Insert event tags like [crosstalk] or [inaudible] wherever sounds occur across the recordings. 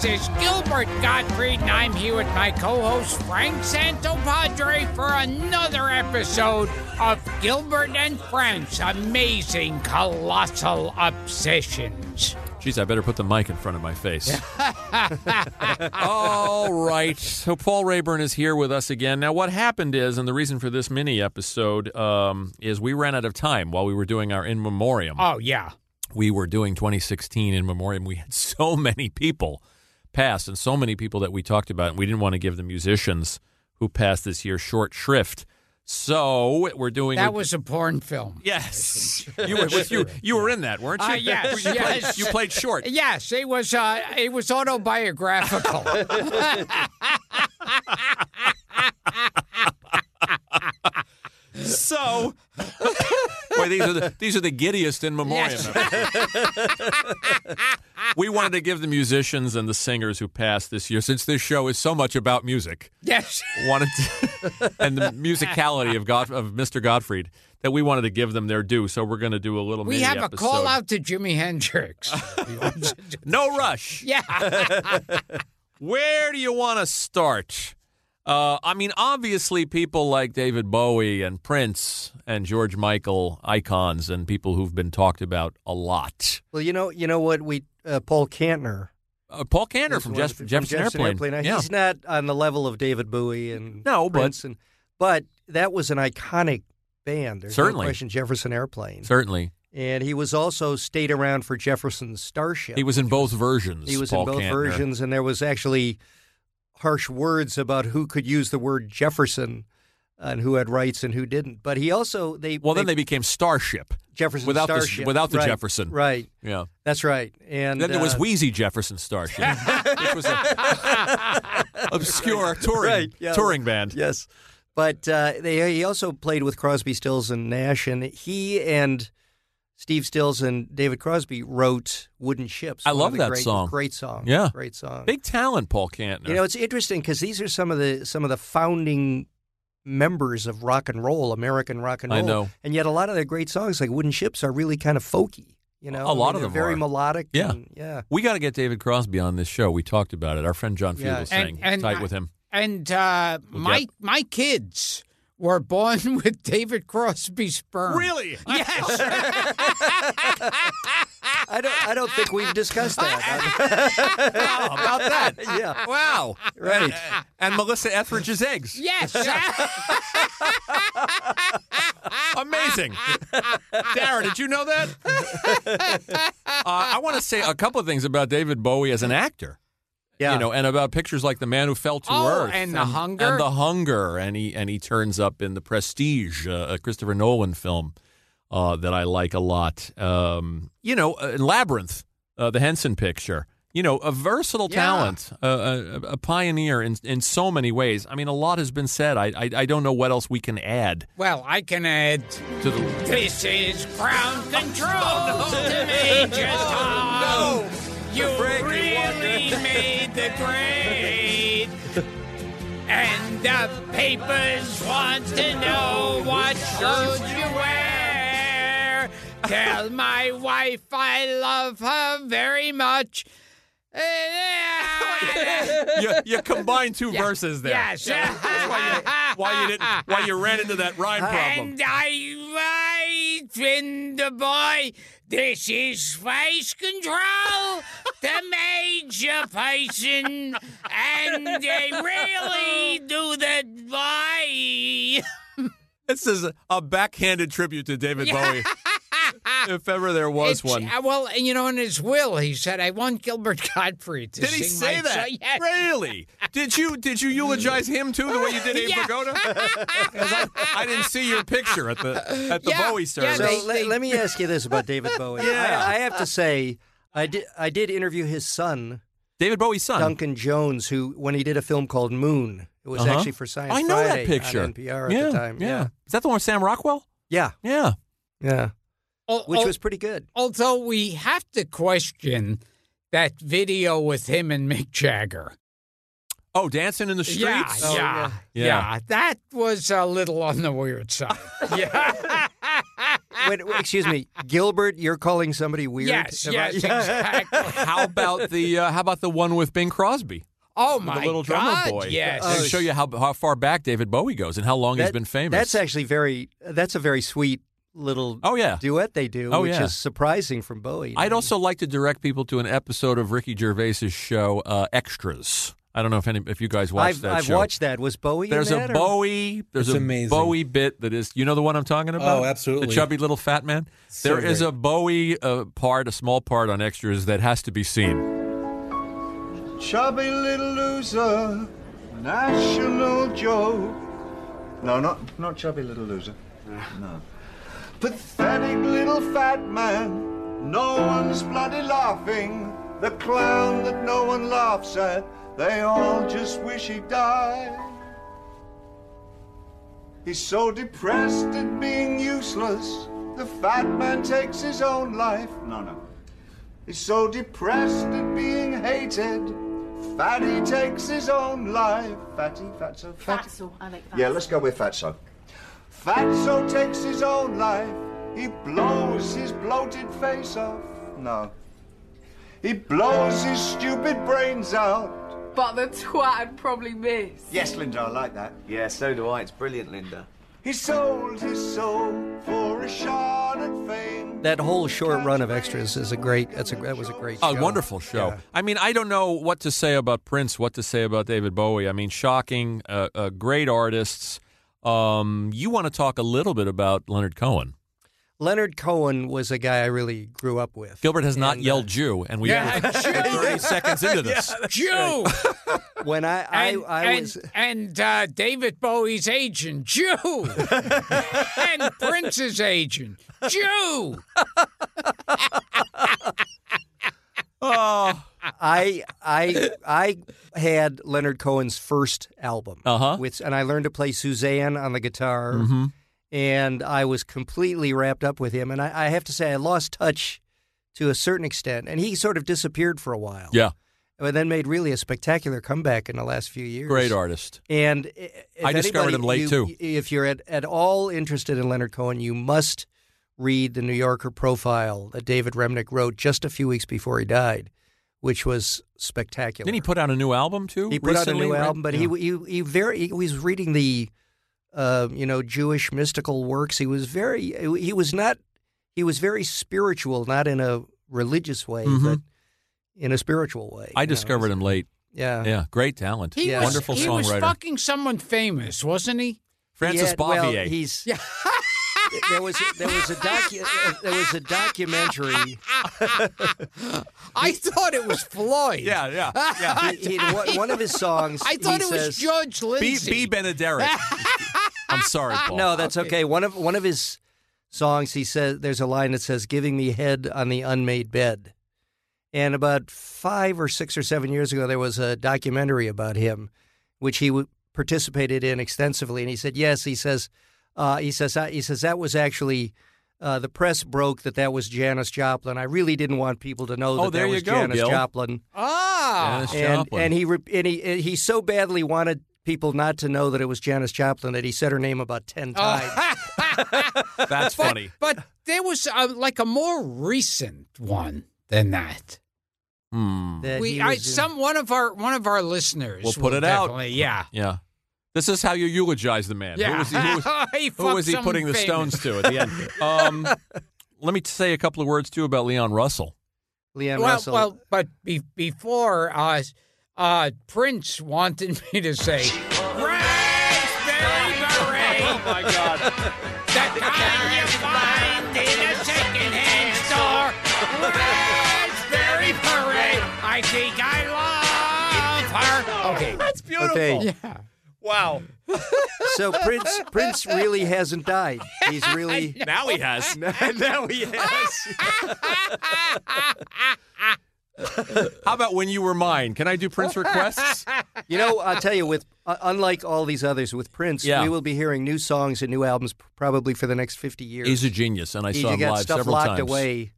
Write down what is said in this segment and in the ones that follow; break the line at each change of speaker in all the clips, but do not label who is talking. This is Gilbert Gottfried, and I'm here with my co host Frank Santopadre for another episode of Gilbert and Frank's Amazing Colossal Obsessions.
Geez, I better put the mic in front of
[laughs]
my face. All right. So Paul Rayburn is here with us again. Now, what happened is, and the reason for this mini episode um, is we ran out of time while we were doing our in memoriam.
Oh, yeah.
we were doing 2016 in memoriam. We had [laughs] so many people pass, and so many people that we talked about, and we didn't want to give the musicians who passed this year short shrift. So we're doing
That was a porn film. [laughs]
[laughs] Yes, you were with you. You were in that, weren't you?
Ah, yes,
you, played,
yes.
you
[laughs]
played short.
Yes, it was. Uh, it was
[laughs]
autobiographical.
So, boy, these are the these are the giddiest in memoriam.
Yes.
ever. [laughs] we wanted to give the musicians and the singers who passed this year, since this show is so much about music,
yes,
wanted to, [laughs] and the musicality of God, of Mr. Gottfried, that we wanted to give them their due. So we're going to do a little.
we
mini
have a
episode.
call out to Jimi
[laughs]
Hendrix.
No rush.
yeah,
Where do you want to start? Uh, I mean, obviously, people like David Bowie and Prince and George Michael, icons and people who've been talked about a lot.
Well, you know, you know what we uh, Paul Kantner
Uh, Paul Kander
is
from,
one of
Jeff,
the-
Jefferson, Airplane.
Now,
Yeah.
He's not on the level of David Bowie and
No, but-
Prince and, but that was an iconic band. There's
Certainly.
no question. Jefferson Airplane,
Certainly.
and he was also stayed around for Jefferson's Starship.
He was in both versions.
He was
Paul
in both
Kantner.
versions, and there was actually harsh words about who could use the word Jefferson and who had rights and who didn't. But he also they
Well, then they became Starship.
Jefferson
without the-
Starship
without the
Right,
Jefferson.
right?
Yeah.
That's right. And
then there was
uh,
Wheezy Jefferson
[laughs]
Starship, which was an obscure touring,
Right, yeah.
touring band.
Yes, but uh, they, he also played with Crosby, Stills, and Nash, and he and Steve Stills and David Crosby wrote "Wooden Ships."
I
one
love
of the
that
great,
song.
Great song.
Yeah.
great song.
Big talent, Paul Kantner.
You know, it's interesting because these are some of the some of the founding members of rock and roll, American rock and
I
roll.
know.
And yet, a lot of their great songs, like "Wooden Ships," are really kind of folky. You know,
A lot of
they're
them
very
are.
melodic.
Yeah.
and- yeah.
we got to get David Crosby on this show. We talked about it. Our friend John
Yeah.
Fugel
And-
sang
and
tight
I-
with him.
and uh,
We'll
my
get-
my kids were born [laughs] with David Crosby's sperm.
Really?
Yes.
I don't. I don't think we've
[laughs]
discussed that. [laughs]
Wow, about that.
yeah.
[laughs] Wow. [laughs]
Right.
And Melissa Etheridge's eggs.
yes.
[laughs] Amazing. [laughs] Dara, did you know that? [laughs] Uh, I want to say a couple of things about David Bowie as an actor.
Yeah.
You know, and about pictures like The Man Who Fell to
Oh,
Earth
and The Hunger.
and The Hunger and he and he turns up in The Prestige, uh, a Christopher Nolan film uh, that I like a lot. Um, you know, uh, Labyrinth, uh, the Henson picture. You know, a versatile
Yeah.
talent, a, a, a pioneer in in so many ways. I mean, a lot has been said. I I, I don't know what else we can add
Well, I can add.
to the Oh,
This is ground control
[laughs]
to me, just how you
Frank, you
really
[laughs]
made the grade. And the papers want to know what shoes you wear. Tell my wife I love her very
[laughs]
much. [laughs] yes.
you,
[laughs]
you combined two verses there. That's why you, why you didn't why you ran into that
[laughs]
rhyme problem.
And I write in the boy, this is face control,
[laughs]
the major person, and they really do that boy.
This is a backhanded tribute to David
[laughs]
Bowie. if ever there was
It's-
one.
uh, well, you know, in his will, he said, I want Gilbert Gottfried to
Did
sing
he say
my
that?
song." Yes.
[laughs]
[laughs]
Really? Did you did you eulogize him too the way you did Abe
Yeah.
Vigoda?
[laughs]
'Cause I, I didn't see your picture at the at the
Yeah,
Bowie
yeah,
service.
So
they-
le- let me ask you this about
[laughs]
David Bowie.
Yeah.
I, I have to say, I did I did interview his son
David Bowie's son.
Duncan Jones, who when he did a film called Moon, it was
Uh-huh.
actually for Science
I know
Friday
that picture.
on NPR at
yeah,
the time.
yeah. Is that the one with Sam Rockwell?
yeah,
Yeah.
yeah, yeah.
Al-
which
Oh.
al-
was pretty good.
although we have to question that video with him and Mick Jagger.
Oh, dancing in the
Yeah,
streets.
yeah, Oh, yeah,
Yeah.
That was a little on the weird
[laughs]
side. yeah.
Wait, wait, excuse me, Gilbert. You're calling somebody weird?
yes,
Am I- [laughs]
yes, exactly.
Oh, How about the uh, How about the one with Bing Crosby,
[laughs] Oh
the
my
little drummer
God,
boy?
Yes.
They show you how how far back David Bowie goes and how long he's
That-
been famous.
That's actually very. That's a very sweet little
oh yeah.
duet they do,
Oh,
which
yeah.
is surprising from Bowie.
I'd also like to direct people to an episode of Ricky Gervais's show uh, Extras. I don't know if any if you guys watched
I've,
that
I've
show.
watched that. Was Bowie?
There's
in
a
that, or-
Bowie. There's
It's
a
amazing. Oh,
Bowie bit that is. You know the one I'm talking about?
absolutely.
The chubby little fat man.
So
There is
great.
a Bowie uh, part, a small part on extras that has to be seen.
Chubby little loser, national joke. No, not not chubby little loser. No. Pathetic little fat man. No one's bloody laughing. The clown that no one laughs at. They all just wish he died. He's so depressed at being useless. The fat man takes his own life. No, no. He's so depressed at being hated. Fatty takes his own life. Fatty, fatso, fatty.
Fatso. I like that.
Yeah, let's go with fatso. Fatso takes his own life. He blows his bloated face off. No. He blows his stupid brains out.
But the twat I'd probably miss.
Yes, Linda, I like that.
Yeah, so do I. It's brilliant, Linda.
He sold his soul for a shot at fame.
that whole short run of extras is a great. That's a that was a great.
A
show.
wonderful show. I mean, I don't know what to say about Prince, what to say about David Bowie. I mean, shocking, uh, uh, great artists. Um, you want to talk a little bit about Leonard Cohen?
Leonard Cohen was a guy I really grew up with.
Gilbert has not
And, uh,
yelled Jew, and we
[laughs]
Yeah,
are 30 seconds into this.
[laughs] Jew.
When I I,
and,
I
and-
was
and, uh, David Bowie's agent,
[laughs]
Jew, and Prince's agent, Jew.
Oh,
I I I had Leonard Cohen's first album.
Uh-huh. Mm-hmm.
With and I learned to play Suzanne on the guitar, and I was completely wrapped up with him. And I, I have to say, I lost touch to a certain extent, and he sort of disappeared for a while.
yeah,
But then made really a spectacular comeback in the last few years.
great artist.
And i- if
I discovered
anybody-
him late,
you-
too.
If you're at, at all interested in Leonard Cohen, you must read the New Yorker profile that David Remnick wrote just a few weeks before he died, which was spectacular.
Didn't he put out a new album too?
He put out a
recently,
new
right?
album, but
Yeah.
he, he he very he was reading the, uh, you know, Jewish mystical works. He was very he was not he was very spiritual, not in a religious way, but in a spiritual way.
Mm-hmm. I
you know.
discovered him late.
Yeah.
Yeah, great talent.
He
Yeah.
was
Wonderful
he was
songwriter.
fucking someone famous, wasn't
[laughs]
he?
Francis
Yeah,
Bobbier.
Well, he's there was there was a docu- there was a documentary.
[laughs] I thought it was Floyd.
yeah, yeah,
[laughs]
yeah.
He, he, one one of his songs.
I thought
he
it
says,
was Judge
B,
Lindsay.
B
[laughs]
Benederic. I'm sorry, Paul.
No, that's okay. One of one of his songs, he says, "There's a line that says, giving me head on the unmade bed.'" And about five or six or seven years ago, there was a documentary about him, which he w- participated in extensively. And he said, "Yes," he says, uh, "He says I, he says that was actually." Uh, the press broke that that was Janis Joplin. I really didn't want people to know
Oh,
that
there
that
you
was
go,
Janis
Gil.
Joplin.
Ah.
Janis
and,
Joplin.
and he re- and he and he so badly wanted people not to know that it was Janis Joplin that he said her name about ten
Uh,
times.
[laughs] Oh. But-
that's funny.
But, there was uh like a more recent one than that.
Hmm.
that
We,
he
I,
was uh, in-
some one of our one of our listeners.
We'll put
will
it out.
definitely- Yeah.
Yeah, this is how you eulogize the man. Who
Yeah. [laughs]
was he-
[laughs]
who was-
He
Who was
fucked
he
someone
putting the
famous.
stones to at the end?
[laughs]
Um, let me t- say a couple of words too about Leon Russell.
Leon
well,
Russell.
well, but be, before uh, uh, Prince wanted [laughs] me to say raspberry beret. Oh my God! The kind you find in a secondhand store. Raspberry beret. I think I love her. Okay.
That's beautiful.
okay,
Yeah.
Wow.
[laughs] so Prince Prince really hasn't died.
[laughs]
He's really [laughs]
Now he has.
now he has.
How about when you were mine? Can I do Prince
[laughs]
requests?
You know, I'll tell you. With uh, unlike all these others, with Prince,
Yeah.
we will be hearing new songs and new albums probably for the next fifty years.
He's a genius, and I
he
saw him
got
live
stuff
several
locked
times.
away.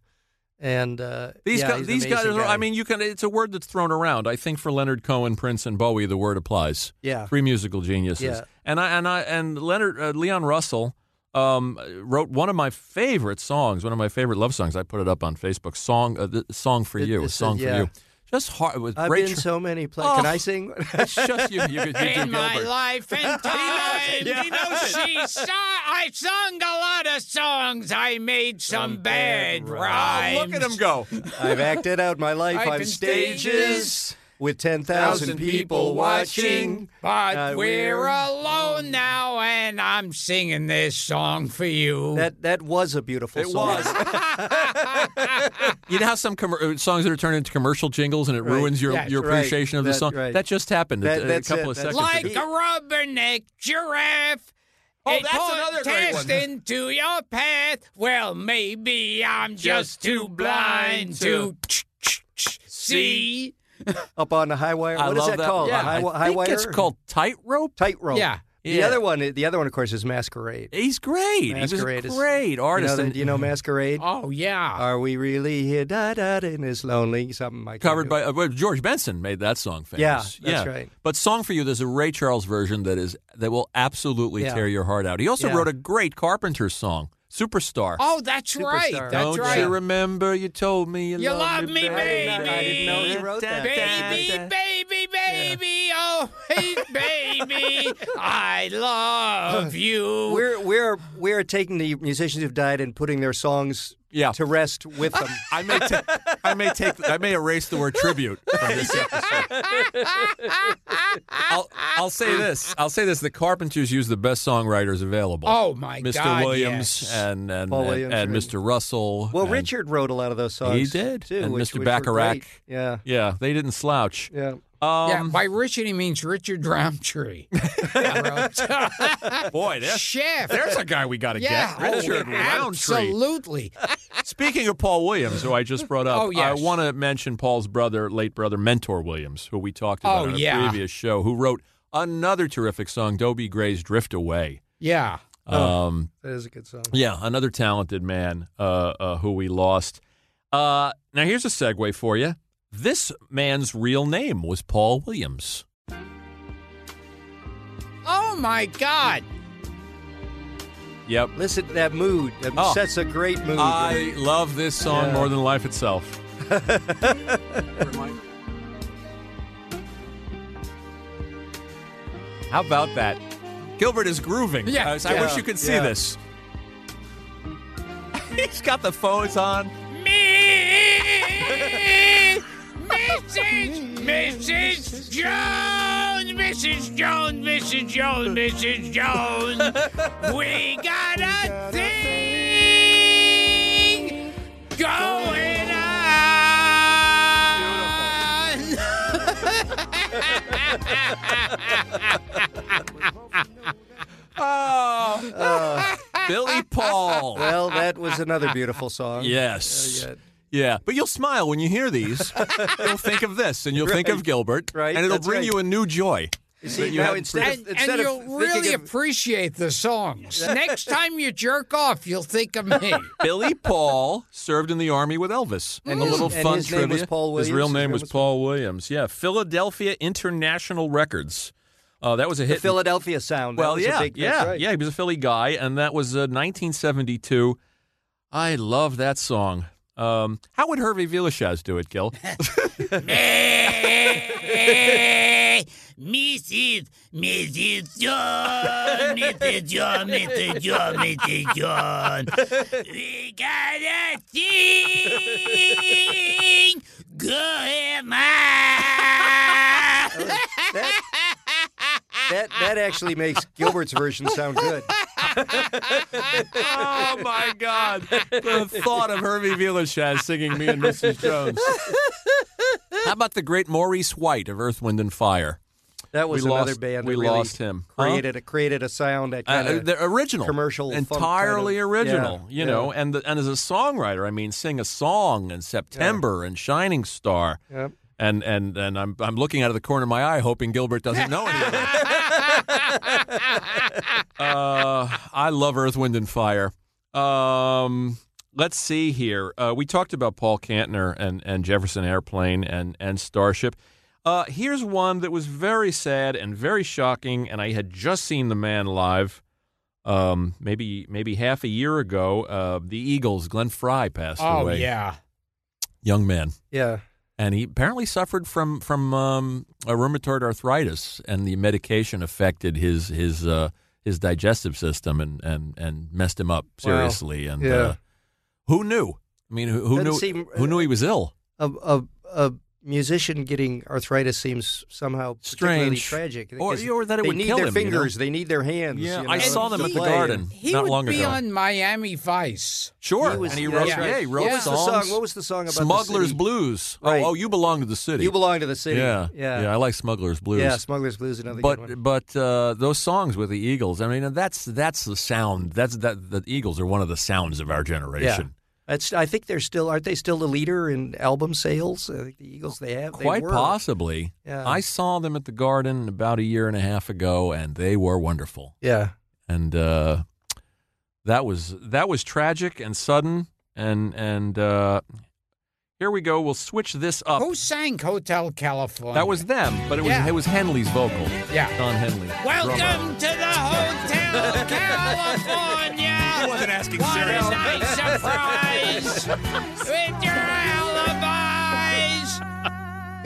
And uh,
These
yeah,
guys,
he's an
these guys.
amazing
Are,
guy.
I mean, you can. It's a word that's thrown around. I think for Leonard Cohen, Prince, and Bowie, the word applies.
yeah,
Three musical geniuses.
Yeah.
And I and I and Leonard uh, Leon Russell um, wrote one of my favorite songs, one of my favorite love songs. I put it up on Facebook. Song, uh, th- song for
It-
you, a
it's a-
song for
yeah.
you. Just hard with
I've
great.
been
tr-
so many places. Can
Oh.
I sing?
[laughs]
[laughs]
it's just you, you, you, do
in my
Gilbert.
life [laughs] and time.
He knows
She saw, I sung a lot of songs. I made some, bad rhymes.
Oh, Look at him go.
I've acted out my life
I've
on
been
stages
stages
with ten thousand people watching.
But
Uh,
we're,
we're-
alone now, and I'm singing this song for you.
That that was a beautiful
It
song.
was. you know how some commer uh, songs that are turned into commercial jingles and it ruins your,
Yes,
your
right.
appreciation of the
That-
song?
right.
That just happened a-
That-
a,
that's
couple
it.
of
That's
like
seconds ago.
a rubberneck giraffe.
Oh,
It
that's another great
test
one.
into your path. Well, maybe I'm just too blind to see.
[laughs] Up on the high wire.
I
what is
love
that, called?
Yeah,
A high,
I
high
think
wire.
it's called Tightrope.
tightrope.
Yeah.
The
Yeah.
other one. The other one, of course, is masquerade.
He's great. he
Masquerade is-
was a great artist.
You know,
and Ah.
the, you know masquerade.
Oh yeah.
Are we really here? Da da da. And it's lonely. Something I can't
covered
do.
by uh, well, George Benson made that song famous.
Yeah, that's right.
But "Song for You," there's a Ray Charles version that is that will absolutely
Yeah.
tear your heart out. He also
Yeah.
wrote a great Carpenter song, "Superstar."
Oh, that's right.
Superstar.
That's
Don't
right.
you remember you told me you,
You
loved
love me,
baby?
baby. I didn't know he
wrote that.
Baby, baby, baby, oh, hey,
[laughs]
baby, I love you.
We're we're we're taking the musicians who've died and putting their songs
Yeah.
to rest with them.
[laughs] I may, ta- I may take, I may erase the word tribute from this episode. I'll, I'll say this. I'll say this. The Carpenters use the best songwriters available.
oh my
Mr.
God,
Williams uh,
yes.
and and,
Paul
and-
Williams
and
and-
Mr. Russell.
Well,
and-
Richard wrote a lot of those songs.
He did.
too,
And
which-
Mr.
which were
Bacharach.
great. Yeah,
Yeah, they didn't slouch.
yeah.
yeah,
Um,
by Richard he means Richard
[laughs]
Roundtree. [laughs] Oh,
boy, there's,
Chef.
there's a guy we got to
yeah,
get.
oh,
Richard Roundtree.
Absolutely.
Speaking of Paul Williams, who I just brought up,
Oh, yes.
I want to mention Paul's brother, late brother, Mentor Williams, who we talked about
Oh,
on a
yeah.
previous show, who wrote another terrific song, Dobie Gray's Drift Away.
Yeah.
Um,
That is a good song.
yeah, another talented man uh, uh, who we lost. Uh, now, here's a segue for you. This man's real name was Paul Williams.
Oh my God.
Yep.
Listen to that mood. That
Oh.
sets a great mood.
I love this song
Yeah.
more than life itself. How about that? Gilbert is grooving.
Yeah.
I, was- I
Yeah.
wish you could see
Yeah.
this. [laughs] He's got the phones
[laughs]
on.
Me, Mrs. Mrs. Jones, Mrs. Jones, Mrs. Jones, Mrs. Jones. We got a thing going on.
Oh,
Uh.
Billy Paul.
well, that was another beautiful song.
Yes.
Uh, yeah.
Yeah, but you'll smile when you hear these.
[laughs]
you'll think of this, and you'll think of Gilbert,
Right,
and it'll
that's
bring
right.
you a new joy.
You see,
that you
now
hadn't
instead
And,
of,
and
instead of
you'll
thinking
really
of-
appreciate the songs.
[laughs]
Next time you jerk off, you'll think of me.
Billy Paul served in the army with Elvis.
And
a
his-
little
and
fun
his name
trivia.
was Paul
His real
Williams?
name was Paul Williams. Yeah, Philadelphia International Records. Uh, that was a
the
hit.
Philadelphia sound. That
well,
was a
yeah,
big- that's
yeah,
right.
yeah. He was a Philly guy, and that was uh, 1972. I love that song. Um, how would Hervey Villachaz do it,
[laughs]
Gil?
Mrs. Mrs. John, Mr. John, Mr. John, Mr. John. We got a thing going on.
That that
[laughs]
actually makes Gilbert's version sound good.
oh my God! The thought of Hervey Villachaz singing "Me and Mrs.
[laughs]
Jones." How about the great Maurice White of Earth, Wind, and Fire?
That was
We
another
lost-
band.
we
that really
lost him. Huh?
Created a created a sound that kind
Uh,
of
they're original,
commercial funk kind
entirely
of-
original.
yeah,
you know, and the, and as a songwriter, I mean, sing a song in September and Shining Star,
Yep.
and and and I'm I'm looking out of the corner of my eye, hoping Gilbert doesn't know any of
[laughs]
that. uh, I love Earth, Wind, and Fire. Um, let's see here. Uh, we talked about Paul Kantner and, and Jefferson Airplane and, and Starship. Uh, here's one that was very sad and very shocking, and I had just seen the man live um, maybe maybe half a year ago. Uh, the Eagles, Glenn Fry passed
Oh
away.
yeah.
Young man.
Yeah.
And he apparently suffered from from um, a rheumatoid arthritis, and the medication affected his his uh, his digestive system and, and, and messed him up seriously. And
Yeah.
uh, who knew? I mean, who, who
Doesn't
knew?
seem-
who knew he was ill?
A, a, a musician getting arthritis seems somehow particularly
Strange.
tragic.
Or-
because
or that it
they
would
need
kill
their
him, you know?
fingers, they need their hands.
Yeah,
you
I
know,
saw
to
them at the
play.
Garden
He
not
would
long
be
ago.
on Miami Vice.
Sure,
He was-
and he
yeah,
that's
wrote, yeah,
right.
he wrote
Yeah.
What was the
songs.
song? What was the song about the
Smugglers
city?
Blues.
Right.
Oh, oh, you belong to the city.
You belong to the city.
Yeah,
yeah,
I like Smugglers Blues.
Yeah, Smugglers Blues, another good
but
one.
but uh, those songs with the Eagles. I mean, that's that's the sound. That's that the Eagles are one of the sounds of our generation.
That's, I think they're still aren't they still the leader in album sales? I think the Eagles they have they
Quite
were.
possibly.
Yeah.
I saw them at the Garden about a year and a half ago, and they were wonderful.
Yeah,
And uh, that was that was tragic and sudden. And and uh, here we go. We'll switch this up.
Who sang Hotel California?
That was them, but it was
Yeah.
it was Henley's vocal.
Yeah.
Don Henley. drummer.
Welcome to the Hotel California. He wasn't asking what a nice surprise
[laughs]
with your alibis.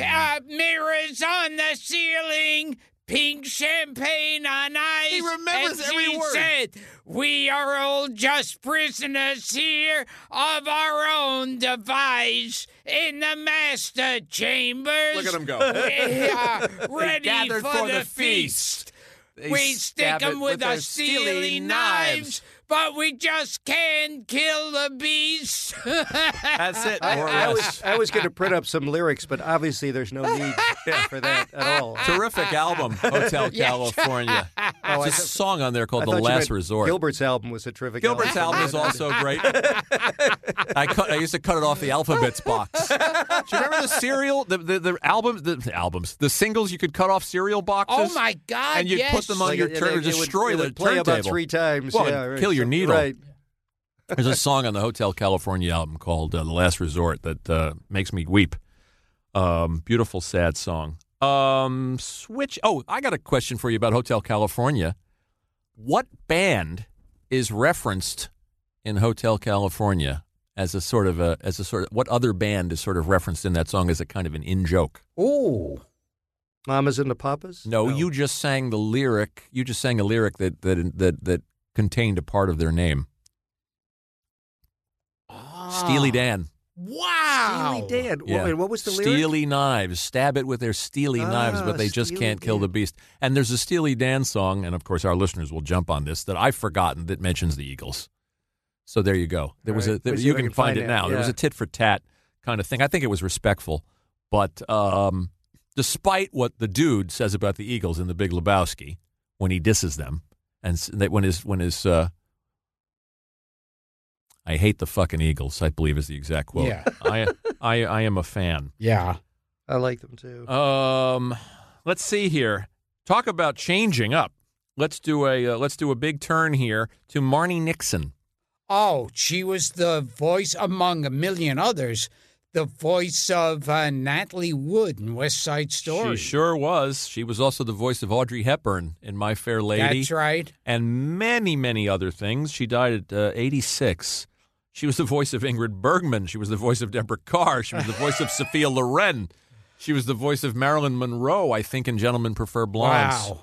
Uh, mirrors on the ceiling, pink champagne on ice. He
remembers
and
every
she
word.
said, "We are all just prisoners here of our own device in the master chambers."
Look at 'em
[laughs]
go.
We are ready
gathered
for, the, feast. [laughs]
They
We stick
stab
'em
it
with, our
their
steely, knives, but we just can't kill the beast. [laughs]
That's it, more or
I
less.
was I was going to print up some lyrics, but obviously there's no
[laughs]
need for that at all.
Terrific album, [laughs] Hotel [laughs] California.
Oh, I
There's a
thought-
song on there
I
called
thought
The
you meant
Last Resort.
Gilbert's album was a
[laughs]
terrific.
Gilbert's album is also great. I cut. I used to cut it off the alphabets [laughs] box. Do you remember the serial, the the, the albums, the, the albums, the singles you could cut off serial
oh
boxes?
my God!
And you
yes.
put them on
Like,
your
it-
turn,
it- it would-
destroy
it
the
would play about
turntable.
three times.
Well,
yeah,
and
right.
kill your
So-
needle.
Right.
There's a song on the Hotel California album called uh, "The Last Resort" that uh, makes me weep. Um, beautiful, sad song. Um, switch. Oh, I got a question for you about Hotel California. What band is referenced in Hotel California as a sort of a as a sort of what other band is sort of referenced in that song as a kind of an in joke?
Ooh.
Mamas and the Papas.
No, you just sang the lyric. You just sang a lyric that that that that contained a part of their name.
Ah.
Ah. Steely Dan.
Wow.
Steely Dan. What- and What was the
steely
lyric?
knives stab it with their steely knives,
Ah,
but they just
Steely
can't kill
Dan.
the beast. And there's a Steely Dan song, and of course our listeners will jump on this that I've forgotten that mentions the Eagles. So there you go. There was
All
a
right.
there,
We'll see
you
if I
can,
can
find,
find
it
it.
now. There was
Yeah.
a tit for tat kind of thing. I think it was respectful, but um, despite what the dude says about the Eagles in The Big Lebowski when he disses them, and s- that when his when his uh, I hate the fucking Eagles, I believe is the exact quote.
Yeah.
[laughs] I, I I am a fan.
Yeah.
I like them too.
Um, let's see here. Talk about changing up. Let's do a uh, let's do a big turn here to Marnie Nixon.
Oh, she was the voice, among a million others, the voice of uh, Natalie Wood in West Side Story.
She sure was. She was also the voice of Audrey Hepburn in My Fair Lady
That's right.
and many many other things. She died at uh, 86. She was the voice of Ingrid Bergman. She was the voice of Deborah Carr. She was the voice of Sophia Loren. She was the voice of Marilyn Monroe, I think, in Gentlemen Prefer Blondes.
Wow.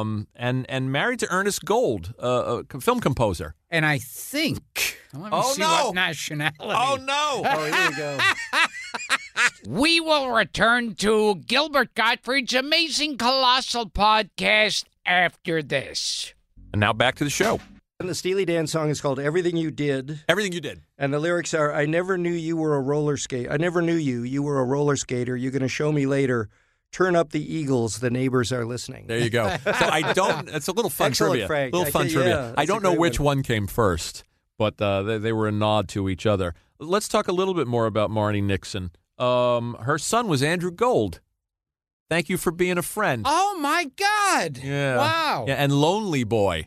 um, and and married to Ernest Gold, uh, a co- film composer.
And I think. Let me
Oh,
see
no.
what nationality.
no!
[laughs] Oh, here
[laughs]
we go.
We will return to Gilbert Gottfried's amazing colossal podcast after this.
and now back to the show.
And the Steely Dan song is called "Everything You Did."
Everything you did.
And the lyrics are I never knew you were a roller skate. I never knew you. You were a roller skater. You're going to show me later. Turn up the Eagles. The neighbors are listening.
There you go.
[laughs]
So I don't. It's a little fun
Excellent,
trivia.
Frank.
Little
I
fun
think-
trivia.
yeah,
I
that's a
don't know
great
which one. came first, but uh, they, they were a nod to each other. Let's talk a little bit more about Marnie Nixon. Um, her son was Andrew Gold. Thank you for being a friend.
Oh my God!
Yeah.
Wow.
Yeah, and Lonely Boy.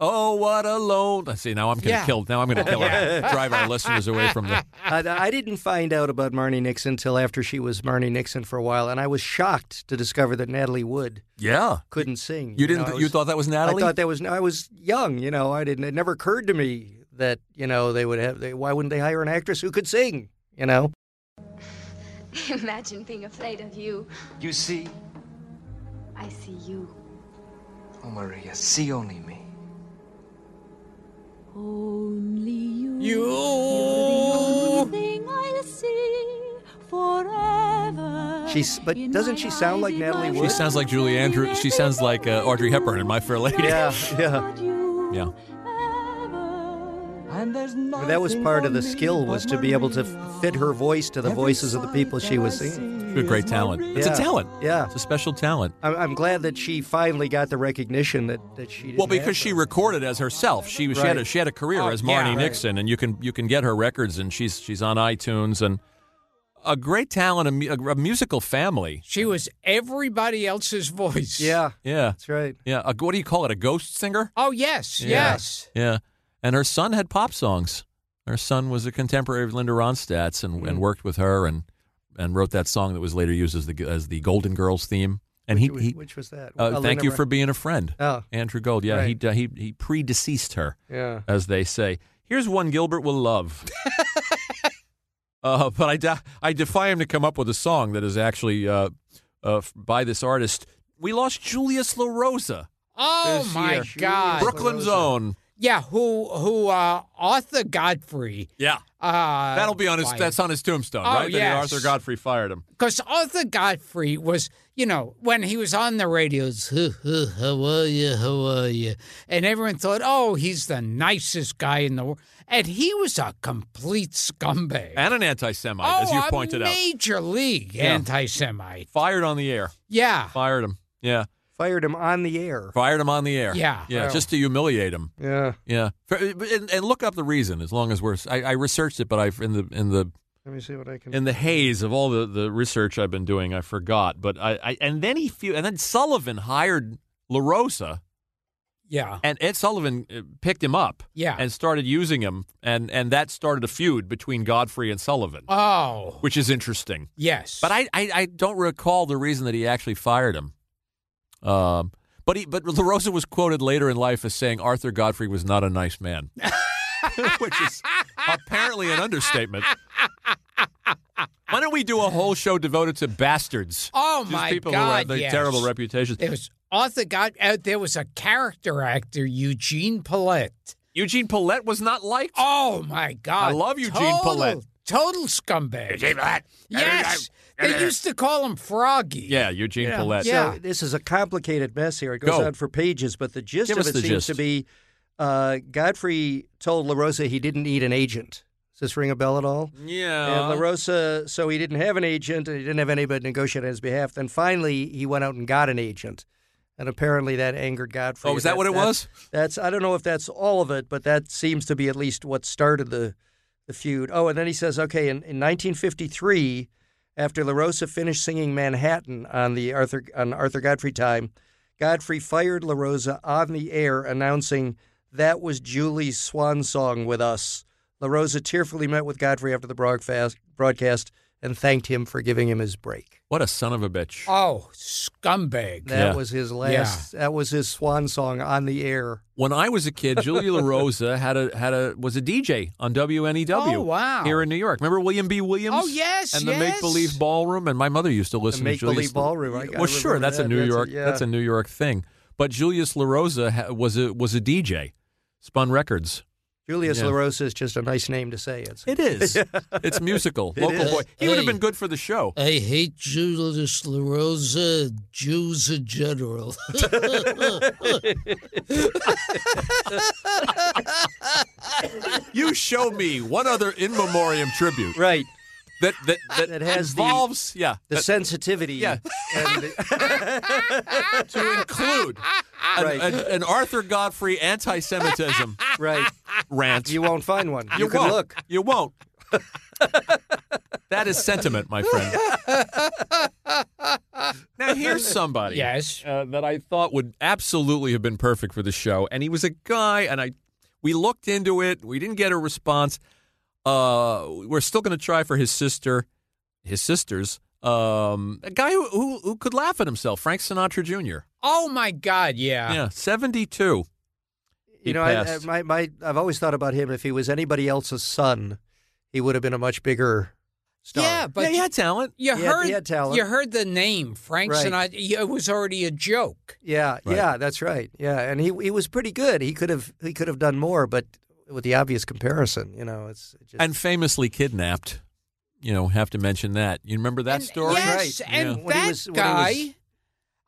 Oh, what a lone. I see. Now I'm going to
Yeah.
kill. Now I'm going to kill
[laughs]
her. Drive our listeners away from the.
I, I didn't find out about Marnie Nixon until after she was Marnie Nixon for a while, and I was shocked to discover that Natalie Wood
Yeah.
couldn't sing.
You didn't.
know, I
you
was-
thought that was Natalie?
I thought that was. I was young, you know. I didn't. It never occurred to me that you know they would have. They, why wouldn't they hire an actress who could sing? You know.
[laughs] Imagine being afraid of you.
You see,
I see you.
oh Maria, see only me.
Only you.
You.
Thing I see forever.
She's- but
in
doesn't
my
she sound like
eyes, in
Natalie
my
Wood?
She sounds like Julie Andrews. She sounds like uh, Audrey Hepburn in My Fair Lady.
Yeah, yeah.
But you
[laughs] Yeah.
ever. And there's
But that was
nothing
part
for
of the
me
skill
but
was to be able to
Maria.
fit her voice to the
Every
voices of the people
sight
she
that
was
I
seeing.
see
She's a great
is
talent. It's
Yeah.
a talent.
Yeah.
It's a special talent.
I'm, I'm glad that she finally got the recognition that that she. Didn't
Well, because
have.
she recorded as herself. She was she had a,
Right.
she had a career
Oh,
as
yeah,
Marnie
right.
Nixon, and you can you can get her records, and she's she's on iTunes and a great talent, a, mu- a musical family.
She was everybody else's voice.
Yeah,
Yeah,
that's right.
yeah. A, what do you call it? A ghost singer?
Oh, yes,
Yeah.
yes.
Yeah. And her son had pop songs. Her son was a contemporary of Linda Ronstadt's and,
Mm.
and worked with her and and wrote that song that was later used as the as the Golden Girls theme. And he,
Which,
he
which was that?
uh, thank
Elena
you
Ra-
for being a friend,
Oh,
Andrew Gold. Yeah, he he he predeceased her,
yeah.
as they say. Here's one Gilbert will
[laughs]
love. uh, but I da- I defy him to come up with a song that is actually uh, uh, f- by this artist. We lost Julius LaRosa,
Oh,
This
my
year.
God.
Brooke-
Brooklyn's
LaRosa.
own.
yeah, who, who, uh, Arthur Godfrey.
Yeah.
Uh,
That'll be on his. That's on his tombstone,
Oh,
right? That
yes.
Arthur Godfrey fired him.
Because Arthur Godfrey was, you know, when he was on the radios, [laughs] how are you, how are you? And everyone thought, oh, he's the nicest guy in the world. And he was a complete scumbag.
And an anti-Semite,
oh,
as you
a
pointed out,
major league anti-Semite.
fired on the air.
Yeah.
Fired him. Yeah,
Fired him on the air.
fired him on the air.
Yeah.
yeah,
Wow.
just to humiliate him.
Yeah,
Yeah, Fair- and, and look up the reason. As long as we're, I, I researched it, but I in the in the
let me see what I can.
in the haze of all the, the research I've been doing, I forgot. But I, I and then he fe- and then Sullivan hired LaRosa,
Yeah.
and Ed Sullivan uh, picked him up.
Yeah.
and started using him, and and that started a feud between Godfrey and Sullivan,
Oh,
which is interesting.
yes.
But I, I, I don't recall the reason that he actually fired him. Um, but he, but LaRosa was quoted later in life as saying Arthur Godfrey was not a nice man, [laughs] which is apparently an understatement. Why don't we do a whole show devoted to bastards?
Oh,
Just
my
people who
God,
have the
yes.
terrible reputations.
There was Arthur God. Uh, there was a character actor, Eugene Paulette.
Eugene Paulette was not liked.
Oh my God!
I love Eugene
total,
Paulette.
Total scumbag. Eugene Paulette. Yes, they used to call him Froggy.
Yeah, Eugene
Yeah.
Paulette.
Yeah.
So this is a complicated mess here. It goes
Go.
on for pages, but the gist
Give
of
us
it
the
seems
gist.
to be uh, Godfrey told LaRosa he didn't need an agent. Does this ring a bell at all?
Yeah.
and LaRosa, so he didn't have an agent and he didn't have anybody to negotiate on his behalf. Then finally, he went out and got an agent. And apparently that angered Godfrey.
Oh, is that what it was?
That's I don't know if that's all of it, but that seems to be at least what started the the feud. Oh, and then he says, okay, in, in 1953, after LaRosa finished singing Manhattan on the Arthur on Arthur Godfrey time, Godfrey fired LaRosa on the air, announcing that was Julie's swan song with us. LaRosa tearfully met with Godfrey after the broadcast, broadcast and thanked him for giving him his break.
What a son of a bitch.
Oh, scumbag.
That
Yeah.
was his last. That was his swan song on the air.
when I was a kid, Julia
[laughs]
LaRosa had a had a was a DJ on WNEW.
Oh, wow.
Here in New York. Remember William B. Williams?
Oh, yes,
And the
yes.
Make Believe Ballroom. And my mother used to listen
The
to Julius.
make-believe ballroom, I gotta
well, sure,
remember
that's a
that.
New
That's a-
York
yeah.
that's a New York thing. But Julius LaRosa ha- was a was a DJ, spun records.
Julius
Yeah.
LaRosa is just a nice name to say. It's
It is. it's musical.
[laughs]
Local
is.
boy. He would have
Hey.
been good for the show.
[laughs]
I hate Julius LaRosa, Jews in general.
You show me one other in memoriam tribute
right.
that that that,
That has the-
involves yeah
The
that-
sensitivity.
yeah.
And the,
to include an,
Right.
an- an Arthur Godfrey
[laughs]
anti-Semitism
right.
rant.
You won't find one. You, can
won't.
look.
[laughs] You won't. that is sentiment, my friend. now now here's somebody.
Yes.
uh, that I thought would absolutely have been perfect for the show, and he was a guy, and I we looked into it. We didn't get a response. Uh, we're still going to try for his sister, his sisters. Um, a guy who, who who could laugh at himself, Frank Sinatra Jr.
Oh my God! Yeah.
yeah, seventy-two. He
You know, I, I,
passed.
my, my, I've always thought about him. If he was anybody else's son, he would have been a much bigger star.
Yeah,
yeah,
but
he had talent.
you
He had-
heard
he had talent.
you heard the name Frank
Right.
Sinatra. It was already a joke.
yeah,
Right.
yeah, that's right. Yeah, and he he was pretty good. He could have he could have done more, but with the obvious comparison, you know, it's it just
and famously kidnapped. You know, have to mention that. You remember that
And-
story?
Yes,
Right,
and
yeah. When he
that
was- when he
guy.
was-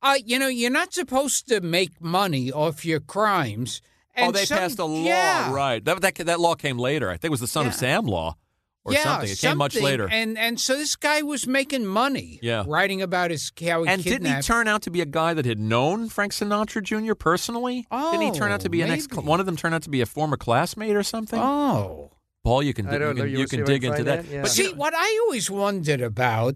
uh, you know, you're not supposed to make money off your crimes.
oh,
And
they
some-
passed a law,
yeah,
right? That, that that law came later. I think it was the Son of
Yeah.
Sam law or
yeah,
something. It came much
something.
later.
And and so this guy was making money.
Yeah.
writing about his how he
And didn't he
kidnapped-
turn out to be a guy that had known Frank Sinatra Jr. personally? didn't he turn out to be an ex?
Oh, maybe.
One of them turned out to be a former classmate or something.
Oh.
Paul, you can
I don't
you
know.
can,
You
you
wanna see
can
if I
dig
can
into
find
that.
that? Yeah.
But see,
you know-
what I always wondered about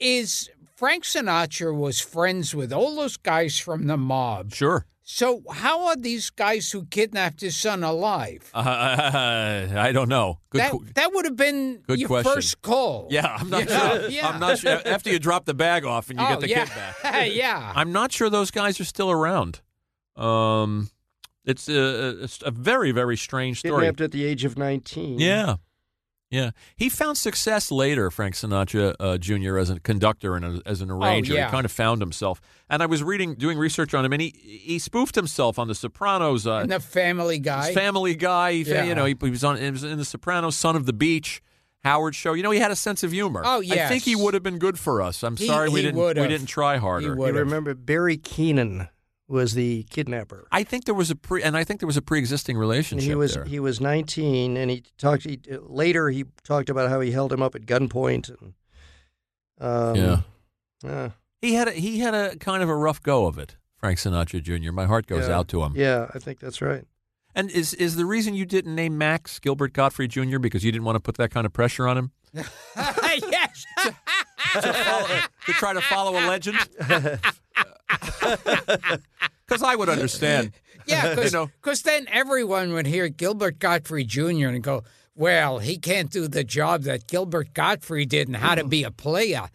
is Frank Sinatra was friends with all those guys from the mob.
sure. [laughs]
So how are these guys who kidnapped his son alive?
Uh, I don't know. Good.
that,
qu-
that would have been
good
your
question.
first call.
yeah, I'm not
Yeah,
sure.
[laughs] yeah.
I'm not sure. After you drop the bag off and you
Oh,
get the
yeah.
kid
[laughs]
back.
yeah.
I'm not sure those guys are still around. Um, it's a, a, a very, very strange story.
kidnapped at the age of nineteen.
Yeah. Yeah. He found success later, Frank Sinatra uh, Jr., as a conductor and a, as an arranger.
Oh, yeah.
He kind of found himself. And I was reading, doing research on him, and he, he spoofed himself on The Sopranos. Uh,
and the family guy.
his Family Guy. He, fa-
Yeah.
You know, he, he was on he was in The Sopranos, Son of the Beach. Howard Show. You know, he had a sense of humor.
Oh,
I think he
yes.
would have been good for us. I'm
He-
sorry we
he
didn't
would've.
we didn't try harder.
You
would've.
remember Barry Keenan was the kidnapper.
I think there was a pre and I think there was a pre-existing
And
relationship
he was
there.
he was 19, and he talked. He, later, he talked about how he held him up at gunpoint. And, um,
Yeah.
yeah,
He had a, he had a kind of a rough go of it. Frank Sinatra Jr. My heart goes
yeah.
out to him.
Yeah, I think that's right.
And is is the reason you didn't name Max Gilbert Godfrey Jr. because you didn't want to put that kind of pressure on him
[laughs] yes.
to, follow, to try to follow a legend? [laughs] Because I would understand.
Yeah,
[laughs] You
because
know.
then everyone would hear Gilbert Gottfried Jr. and go, well, he can't do the job that Gilbert Gottfried did and how to be a
[laughs]
player.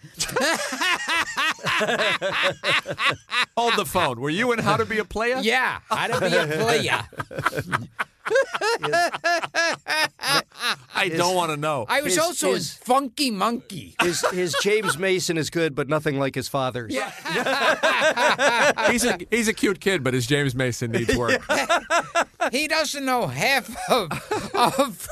Hold the phone. Were you in How to Be a Player?
yeah, how to be a
[laughs]
player.
I don't want to know.
I was
His-
also
his-
a funky
[laughs]
monkey.
His his James Mason is good, but nothing like his father's.
Yeah.
he's a he's a cute kid, but his James Mason needs work.
[laughs] He doesn't know half
[laughs]
of, of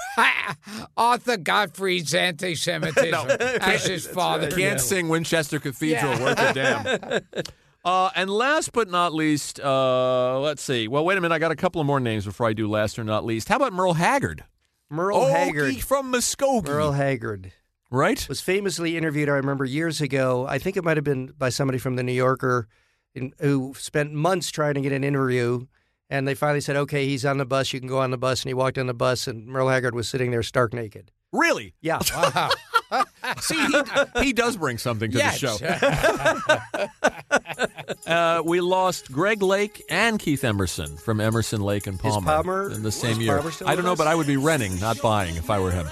[laughs] Arthur Gottfried's anti
[laughs]
Semitism as his father.
Can't
knew.
sing Winchester Cathedral
Yeah.
worth a damn. Uh, and last but not least, uh, let's see. Well, wait a minute. I got a couple of more names before I do last or not least. How about Merle Haggard?
Merle
Okie
Haggard.
from Muskogee,
Merle Haggard
right?
was famously interviewed. I remember years ago. I think it might have been by somebody from the New Yorker, in, who spent months trying to get an interview. And they finally said, "Okay, he's on the bus. You can go on the bus." And he walked on the bus, and Merle Haggard was sitting there stark naked.
Really?
Yeah,
Wow.
See, he, he does bring something to
Yes.
the show. [laughs] Uh, we lost Greg Lake and Keith Emerson from Emerson Lake and Palmer,
Palmer-
in the
is
same year.
Palmer still
I don't
with
know,
us?
but I would be renting, not buying, if I were him.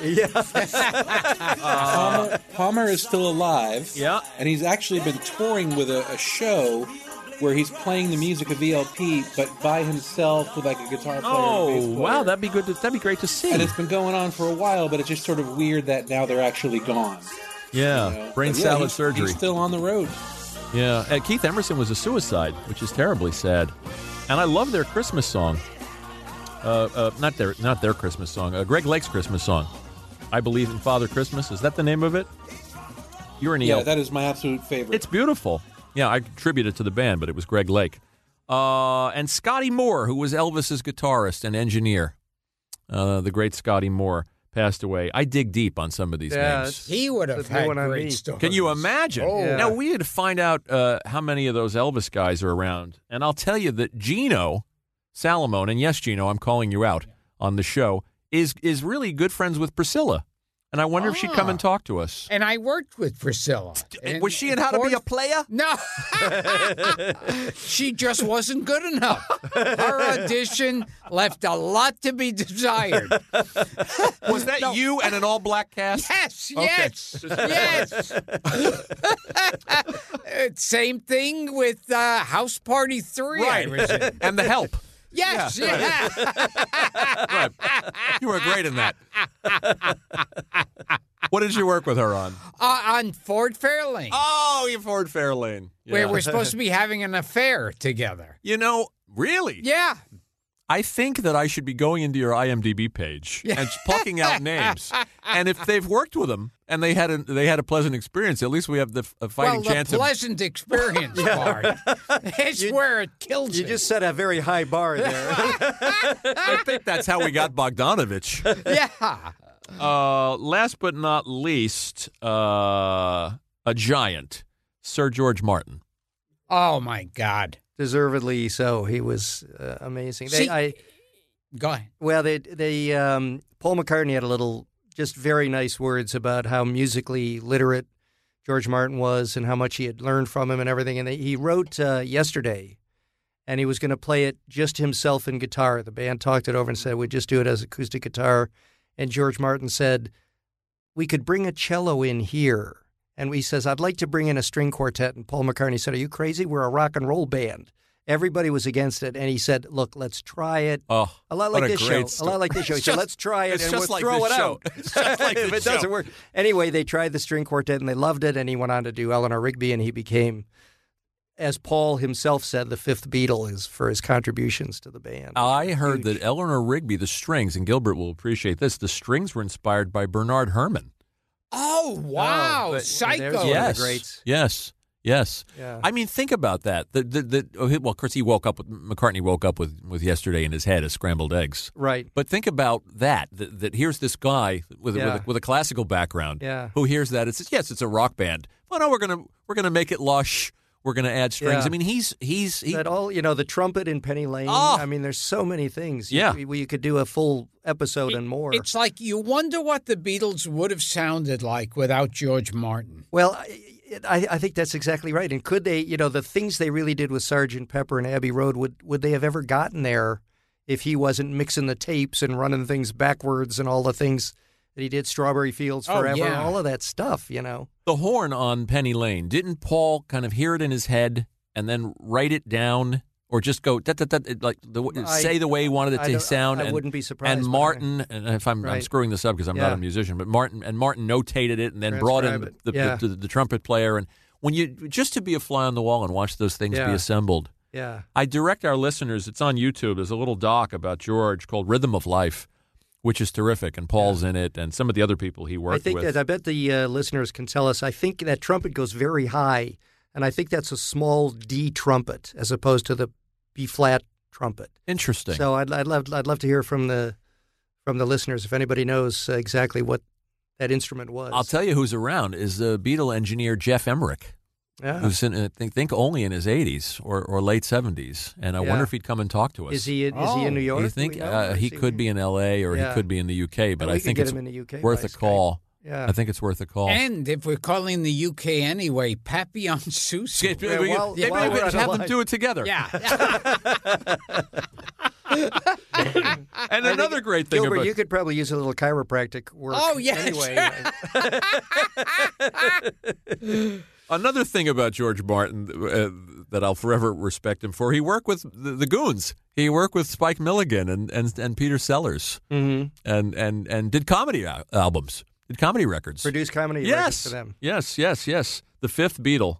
Palmer, Palmer is still alive.
Yeah.
And he's actually been touring with a, a show where he's playing the music of ELP, but by himself with like a guitar player. and a
Oh,
bass
wow,
player.
that'd be good. To, that'd be great to see.
And it's been going on for a while, but it's just sort of weird that now they're actually gone.
Yeah,
you know?
Uh, brain
But yeah,
salad
he's-
surgery.
He's still on the road.
yeah, Uh, Keith Emerson was a suicide, which is terribly sad. And I love their Christmas song. Uh, uh, not their, not their Christmas song. Uh, Greg Lake's Christmas song. I believe in Father Christmas. Is that the name of it? You're an
Yeah,
ELP.
that is my absolute favorite.
It's beautiful. Yeah, I contributed to the band, but it was Greg Lake. Uh, and Scotty Moore, who was Elvis's guitarist and engineer. Uh, the great Scotty Moore passed away. I dig deep on some of these
Yeah,
names.
it's-
He would have
That's a new
had
one on
great
me.
stories.
Can you imagine?
Oh.
Yeah.
Now we had to find out uh, how many of those Elvis guys are around, and I'll tell you that Gino Salamone, and yes, Gino, I'm calling you out on the show, is is really good friends with Priscilla And I wonder if she'd come
Ah.
and talk to us.
And I worked with Priscilla. And
Was she in How to Be a
fourth-
Player?
No, she just wasn't good enough. Her audition left a lot to be desired.
Was that you and an all [laughs] black cast?
Yes, yes, yes. [laughs] Uh, Same thing with uh, House Party Three. I
Right.
was in.
[laughs] and the help.
Yes, yeah.
Right. You were great in that. what did you work with her on?
Uh, on Ford Fairlane,
Oh, you Ford Fairlane.
where we're supposed to be having an affair together.
You know, really?
Yeah,
I think that I should be going into your IMDb page and plucking out names. And if they've worked with them and they had a, they had a pleasant experience, at least we have the f- a fighting
well, the
chance of
pleasant experience part. It's where it kills
You
it.
just set a very high bar there. [laughs]
I think that's how
[laughs]
we got Bogdanovich.
yeah.
Uh, last but not least, uh, a giant, Sir George Martin.
Oh my God.
Deservedly so. He was uh, amazing. They,
See-
I,
Go ahead.
well, they, they, um, Paul McCartney had a little, just very nice words about how musically literate George Martin was and how much he had learned from him and everything. And they, he wrote uh, yesterday, and he was going to play it just himself and guitar. The band talked it over and said we'd just do it as acoustic guitar. And George Martin said we could bring a cello in here. And he says, I'd like to bring in a string quartet. And Paul McCartney said, Are you crazy? We're a rock and roll band. Everybody was against it. And he said, Look, let's try it.
Oh,
A lot
what
like this
great
show.
story.
A lot like this show. He
It's
said,
just-
"Let's try it
it's
and
just
we'll
like
throw
this
it
show.
out."
It's just
[laughs]
like
if
this
it
show.
doesn't work, anyway, they tried the string quartet and they loved it. And he went on to do Eleanor Rigby, and he became, as Paul himself said, the fifth Beatle is for his contributions to the band.
I heard that Eleanor Rigby, the strings, and Gilbert will appreciate this. The strings were inspired by Bernard Herman.
Oh wow,
but- well,
psycho.
there's one of Oh, the
yes.
greats.
Yes. Yes.
Yeah.
I mean, think about that. The, the, the, oh, he- well, of course, he woke up with McCartney woke up with, with yesterday in his head as scrambled eggs.
right.
But think about that. That, that here's this guy with, a with,
Yeah.
a, with a classical background
Yeah.
who hears that and says, "Yes, it's a rock band." Well, no, we're gonna we're gonna make it lush. We're gonna add strings.
Yeah.
I mean, he's he's he,
that all you know, the trumpet in Penny Lane.
Oh.
I mean, there's so many things. You-
Yeah.
we, we could do a full episode and more.
It's like you wonder what the Beatles would have sounded like without George Martin.
Well, I, I, I think that's exactly right. And could they, you know, the things they really did with Sergeant Pepper and Abbey Road, would would they have ever gotten there if he wasn't mixing the tapes and running things backwards and all the things that he did, Strawberry Fields
Oh,
Forever,
yeah.
all of that stuff, you know?
the horn on Penny Lane. Didn't Paul kind of hear it in his head and then write it down, or just go da, da, da, it, like the, w
I-
say the way he wanted it
I
to
don't-
sound?
I
and,
wouldn't be surprised,
And
but I-
Martin, and if I'm, I'm
Right.
screwing this up because I'm not
Yeah.
a musician, but Martin and Martin notated it and then brought in the,
Transcribe
the,
it. Yeah.
the, the, trumpet player. And when you just to be a fly on the wall and watch those things be
Yeah.
assembled.
Yeah.
I direct our listeners. It's on YouTube. There's a little doc about George called "Rhythm of Life," which is terrific, and Paul's in it, and some of the other people he worked
I think
with.
that I bet the uh, listeners can tell us. I think that trumpet goes very high, and I think that's a small D trumpet as opposed to the B flat trumpet.
Interesting.
So I'd, I'd love I'd love to hear from the from the listeners if anybody knows uh, exactly what that instrument was.
I'll tell you who's around is the Beatle engineer Jeff Emmerich,
Yeah.
who's in, I think, think only in his 80s or, or late 70s, and I wonder
Yeah.
if he'd come and talk to us.
Is he in, is he in New
Oh,
York?
You
Do
think
we know,
uh,
or is
he could be in L.A. or he
Yeah.
could be in the U.K., but
we
I
could
think
get
it's
him in the UK
worth
by
a
Skype.
call.
Yeah.
I think it's worth a call.
And if we're calling the UK anyway, Papillon Sousa.
[laughs] Maybe we
while-
could- maybe
while
we could
we're
just
on
have
the
them
line.
do it together.
Yeah.
And another great thing
Gilbert,
about
you could probably use a little chiropractic work.
Oh, yeah,
Anyway, uh,
Another thing about George Martin uh, that I'll forever respect him for, he worked with the, the Goons. He worked with Spike Milligan and, and, and Peter Sellers
Mm-hmm.
and, and, and did comedy al- albums, did comedy records.
produce comedy records
yes.
for them.
Yes, yes, yes. The fifth Beatle,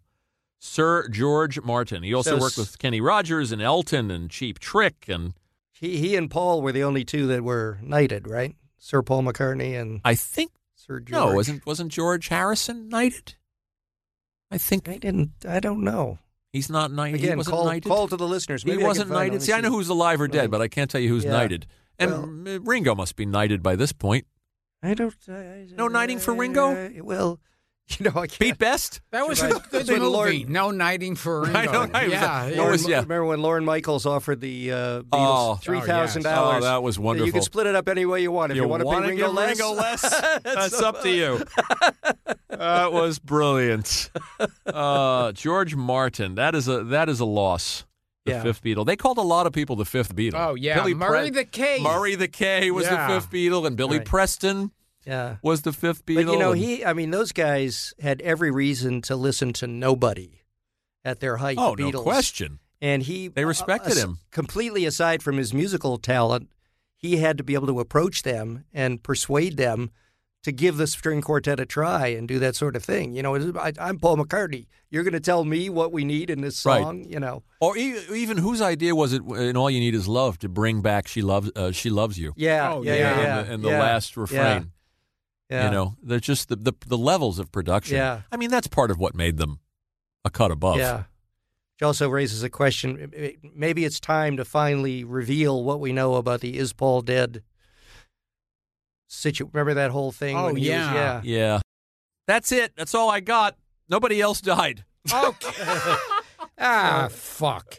Sir George Martin. He also
So
worked
s-
with Kenny Rogers and Elton and Cheap Trick. And
He he and Paul were the only two that were knighted, right? Sir Paul McCartney and
I think,
Sir George.
no, wasn't, wasn't George Harrison knighted? I think
I didn't. I don't know.
he's not knighted. he
Again,
wasn't
call
knighted.
call to the listeners.
He
Maybe I can
wasn't
find out.
knighted.
Let me
See, I know who's alive or dead, but I can't tell you who's
Yeah.
knighted. And
Well-
M- Ringo must be knighted by this point.
I don't. I, I-
No knighting for Ringo?
I- well, [laughs] You know, I can't.
Pete Best?
That was
Right.
a good
When
movie.
Lauren-
no knighting for
I
Ringo.
know, right, it was
yeah, it
a- Lauren-
was-
was- yeah.
Remember when Lauren Michaels offered the uh,
Oh.
Beatles three thousand dollars?
Oh, that was
You
wonderful.
can split it up any way you want. If you, want to
wanna
be Ringo
give
Less,
Ringo [laughs] less? That's up to [laughs] you. that was brilliant. Uh, George Martin. That is a that is a loss. The
Yeah.
fifth Beatle. They called a lot of people the fifth Beatle.
Oh, yeah.
Billy
Murray the K.
Murray the K was
Yeah.
the fifth Beatle, and Billy
Right.
Preston
[laughs] yeah.
was the fifth Beatle.
But you know,
and-
he I mean, those guys had every reason to listen to nobody at their height.
Oh
the
no
Beatles.
question.
And he uh,
They respected
as-
him.
Completely aside from his musical talent, he had to be able to approach them and persuade them to give the string quartet a try and do that sort of thing. You know, it- I, I'm Paul McCartney. You're going to tell me what we need in this
Right.
song, you know.
Or e- even whose idea was it? In all you need is love to bring back. She loves. Uh, she loves you.
Yeah,
Oh,
yeah,
yeah.
yeah,
And
yeah.
the, and the
yeah,
last
yeah,
refrain.
Yeah.
You know, they're just the, the the levels of production.
Yeah.
I mean, that's part of what made them a cut above.
Yeah. Which also raises a question. m- m- Maybe it's time to finally reveal what we know about the Is Paul Dead situ. Remember that whole thing?
Oh,
when he was-
yeah.
yeah.
Yeah. That's it. That's all I got. Nobody else died.
[laughs]
Okay. ah, fuck.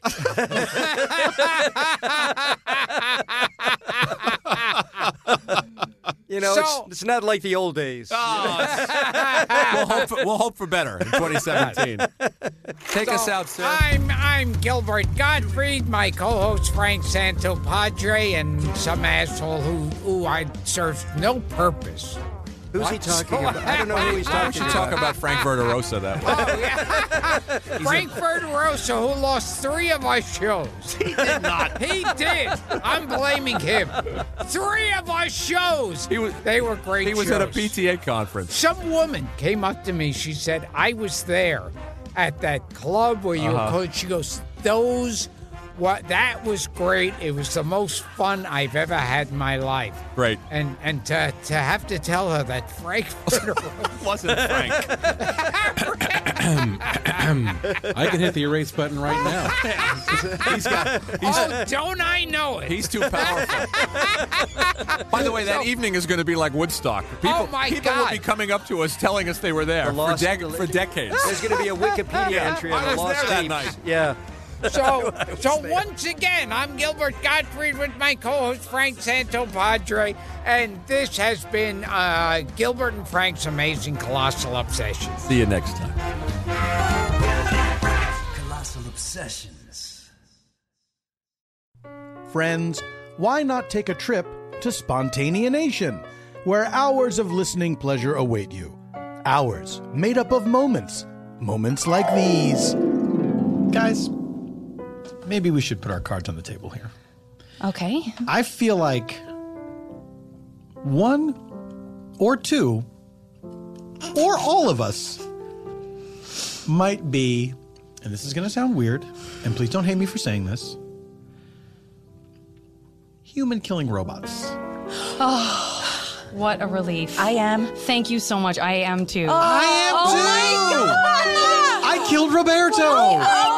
You know,
So-
it's, it's not like the old days.
we'll, hope for, we'll hope for better in [laughs] 2017. Take us out, sir.
I'm I'm Gilbert Gottfried, my co-host Frank Santopadre, and some asshole who who I serves no purpose.
Who's he talking about? I don't know who he's
Why
We
talking
should
about.
talk about Frank Verderosa that way.
Frank Verderosa, who lost three of our shows. He did not. he did. I'm blaming him. Three of our shows.
He was-
they were great
He was at a
shows.
PTA conference.
Some woman came up to me. She said, I was there at that club where you
Uh-huh.
were coach. She goes, Those, what, that was great. It was the most fun I've ever had in my life.
Great.
And and to, to have to tell her that Frank
[laughs]
Verderosa-
Wasn't Frank.
I can hit the erase button right now.
He's got.
oh, don't I know it?
He's too powerful. By the way, that evening is going to be like Woodstock. People,
Oh, my
people will
God.
be coming up to us telling us they were there
The
for,
lost-
dec- for decades.
There's going to be a Wikipedia entry on
I
the
was
lost
there that
tapes.
night.
Yeah.
[laughs] So, so once again, I'm Gilbert Gottfried with my co-host Frank Santopadre, and this has been uh, Gilbert and Frank's amazing colossal obsession.
See you next time.
Colossal Obsessions.
Friends, why not take a trip to Spontaneation, where hours of listening pleasure await you? Hours made up of moments, moments like these.
Guys, maybe we should put our cards on the table here.
Okay.
I feel like one or two or all of us might be, and this is going to sound weird, and please don't hate me for saying this human killing robots.
What a relief. I am. Oh, Thank you so much. I am too.
I am too! I killed Roberto!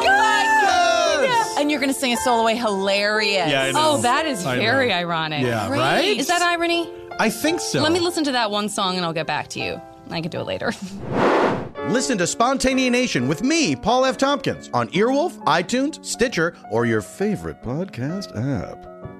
Yes!
Oh And you're going to sing a solo away hilarious.
Yeah, I know.
Oh, that is
I
very
know.
ironic.
Yeah, Great. right?
Is that irony?
I think so.
Let me listen to that one song and I'll get back to you. I can do it later. [laughs]
Listen to Spontaneation with me, Paul F. Tompkins, on Earwolf, iTunes, Stitcher, or your favorite podcast app.